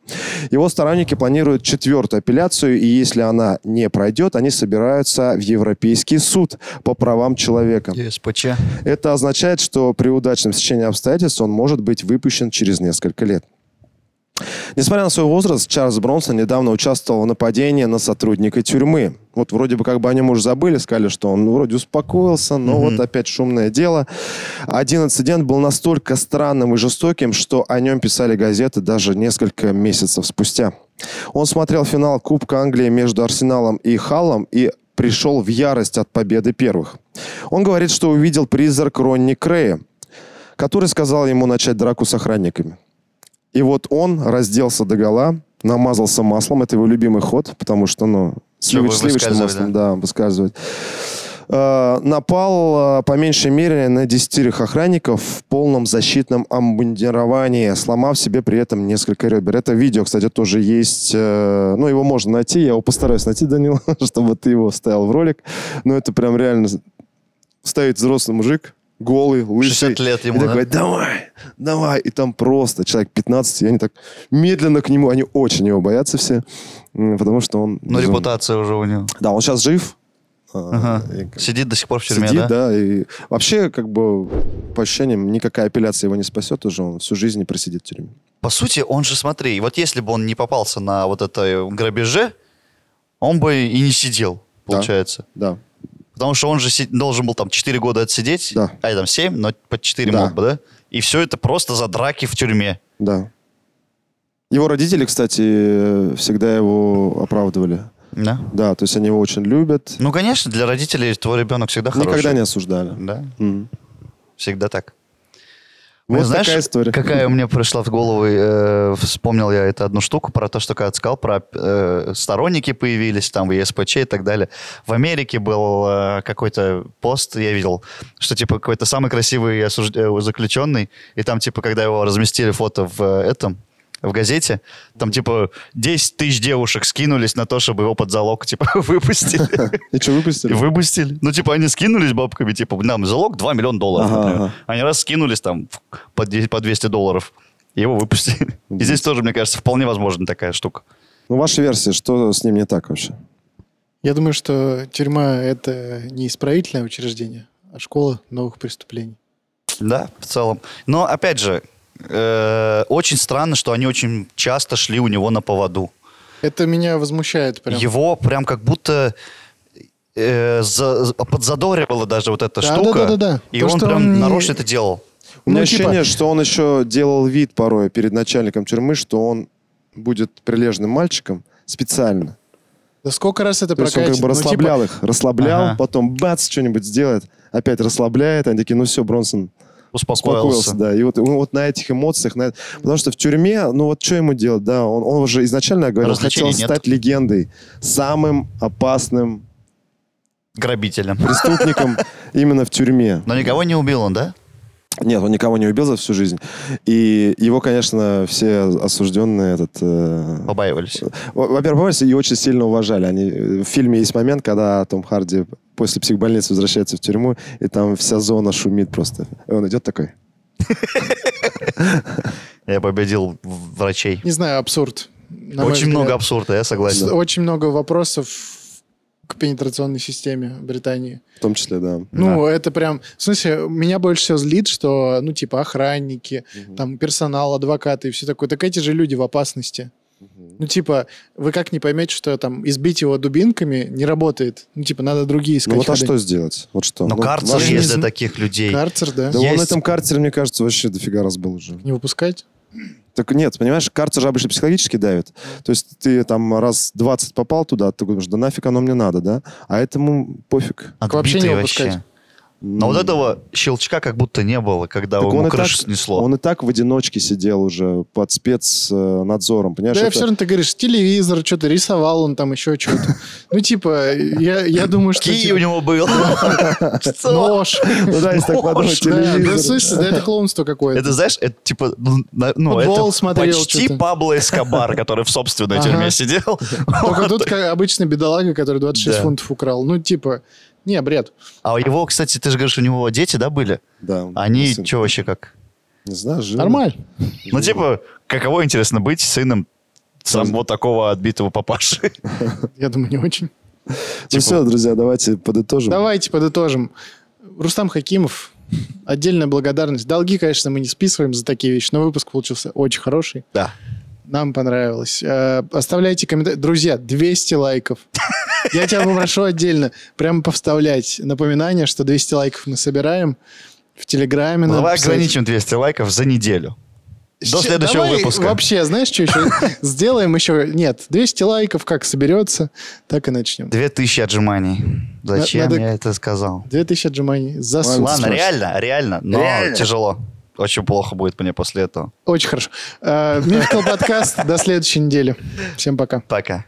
Его сторонники планируют четвертую апелляцию, и если она не пройдет, они собираются в Европейский суд по правам человека. ЕСПЧ. Это означает, что при удачном стечении обстоятельств он может быть выпущен через несколько лет. Несмотря на свой возраст, Чарльз Бронсон недавно участвовал в нападении на сотрудника тюрьмы. Вот вроде бы как бы о нем уже забыли, сказали, что он ну, вроде успокоился, но вот опять шумное дело. Один инцидент был настолько странным и жестоким, что о нем писали газеты даже несколько месяцев спустя. Он смотрел финал Кубка Англии между Арсеналом и Халлом и пришел в ярость от победы первых. Он говорит, что увидел призрак Ронни Крея, который сказал ему начать драку с охранниками. И вот он разделся догола, намазался маслом. Это его любимый ход, потому что, ну, сливоч- Чё, вы- сливочным высказывать, маслом, да, высказывает. Э, Напал, э, по меньшей мере, на десятерых охранников в полном защитном обмундировании, сломав себе при этом несколько ребер. Это видео, кстати, тоже есть. э, Ну, его можно найти. Я его постараюсь найти, Данил, чтобы ты его вставил в ролик. Но это прям реально стоит взрослый мужик, голый, лысый. 60 лет ему, И да? такой, давай, давай. И там просто человек 15, и они так медленно к нему, они очень его боятся все, м, потому что он... Но безумный. Ну, репутация уже у него. Да, он сейчас жив. а, Ага. и как бы Сидит до сих пор в тюрьме, сидит, да? да? и вообще, как бы, по ощущениям, никакая апелляция его не спасет уже, он всю жизнь просидит в тюрьме. По сути, он же, смотри, вот если бы он не попался на вот это э, грабеже, он бы и не сидел, Да. получается. Да. Потому что он же си- должен был там 4 года отсидеть, Да. а там 7, но под 4 Да. мог бы, да? И все это просто за драки в тюрьме. Да. Его родители, кстати, э, всегда его оправдывали. Да? Да, то есть они его очень любят. Ну, конечно, для родителей твой ребенок всегда хороший. Никогда не осуждали. Да, М. всегда так. Вот Блин, знаешь, Ну, такая история. какая мне пришла в голову, э, вспомнил я эту одну штуку про то, что когда ты сказал, про э, сторонники появились там в ЕСПЧ и так далее. В Америке был э, какой-то пост, я видел, что типа какой-то самый красивый осужд- э, заключенный, и там типа, когда его разместили фото в э, этом, в газете, там типа 10 тысяч девушек скинулись на то, чтобы его под залог типа выпустили. И что, И выпустили? выпустили. Ну, типа, они скинулись бабками, типа, нам залог 2 миллиона долларов, Ага, например. ага. Они раз скинулись там в- по 10 по 200 долларов, и его выпустили. И здесь тоже, мне кажется, вполне возможна такая штука. Ну, ваша версия, что с ним не так вообще? Я думаю, что тюрьма — это не исправительное учреждение, а Школа новых преступлений. Да, в целом. Но, опять же, э, очень странно, что они очень часто шли у него на поводу. Это меня возмущает прям. Его прям как будто э, за- за- подзадоривала даже вот эта Да, штука. да, да, да, да. И То, он что прям он не- нарочно это делал. У меня Ну, типа- ощущение, что он еще делал вид порой перед начальником тюрьмы, что он будет прилежным мальчиком специально. Да сколько раз это То есть он как прокатит? бы Ну, типа, расслаблял их, расслаблял, Ага. потом бац, что-нибудь сделает, опять расслабляет, они такие, ну все, Бронсон, успокоился, Успокоился. да. И вот, вот на этих эмоциях, на- потому что в тюрьме, ну вот что ему делать, да, он, он уже изначально я говорил, хотел Развлечений нет. стать легендой, самым опасным Грабителем. преступником именно в тюрьме. Но никого не убил он, да? Нет, он никого не убил за всю жизнь. И его, конечно, все осужденные этот... э, Побаивались. во- Во-первых, помните, ее очень сильно уважали. Они... э, В фильме есть момент, когда Том Харди после психбольницы возвращается в тюрьму, и там вся зона шумит просто. И он идет такой. Я победил в- врачей. Не знаю, абсурд. на мой Очень взгляд. много абсурда, я С- согласен. Очень много вопросов к пенетрационной системе Британии. В том числе, да. Ну, это прям... В смысле, меня больше всего злит, что, ну, типа, охранники, там, персонал, адвокаты и все такое. Так эти же люди в опасности. Ну, типа, вы как не поймете, что там избить его дубинками не работает? Ну, типа, надо другие искать. Ну вот а ходы. что сделать? Вот что? Но Ну, карцер важно- важный есть для зн- таких людей. Карцер, да? Да он есть. этом карцере, мне кажется, вообще дофига раз был уже. Не выпускать? Так нет, понимаешь, карцер же обычно психологически давит. То есть ты там раз 20 попал туда, ты думаешь, да нафиг оно мне надо, да? А этому пофиг. Вообще не Отбитые выпускать. Но А вот этого щелчка как будто не было, когда Так ему он и, так, крышу снесло. он и так в одиночке сидел уже под спецнадзором, понимаешь? Да, это- все равно ты говоришь, телевизор, что-то рисовал он там еще что-то. Ну, типа, я, я думаю, что... Кий типа, у него был. Что? Нож. Ну да, если так подумать, Да, да, телевизор. слышишь, да это клоунство какое-то. Это, знаешь, это типа, ну, на- ну, Футбол это смотрел почти что-то. Пабло Эскобар, который в собственной Ага. тюрьме сидел. Только тут как обычный бедолага, который 26 Да. фунтов украл. Ну, типа, не, бред. Ну А у его, кстати, ты же говоришь, у него дети, да, были? Да, Они сын. что вообще как? Не знаю, жил. Нормально. Ну, типа, каково интересно быть сыном сам вот такого отбитого папаши? Я думаю, не очень. Ну все, друзья, давайте Ну. подытожим. Давайте подытожим. Рустам Хакимов, отдельная благодарность. Долги, конечно, мы не списываем за такие вещи, но выпуск получился очень хороший. Да. Нам понравилось. Э, Оставляйте комментарии. Друзья, 200 лайков. Я тебя попрошу отдельно прямо повставлять напоминание, что 200 лайков мы собираем в Телеграме. Ну, надо Давай писать. ограничим 200 лайков за неделю. До Щ- следующего давай выпуска. Вообще, знаешь, что еще? Сделаем еще... Нет, 200 лайков как соберется, так и начнем. 2000 отжиманий. Зачем надо- я это сказал? 2000 отжиманий за сутки. Ладно, реально, реально, но Реально. тяжело. Очень плохо будет мне после этого. Очень хорошо. Э, Мификал подкаст. До следующей недели. Всем пока. Пока.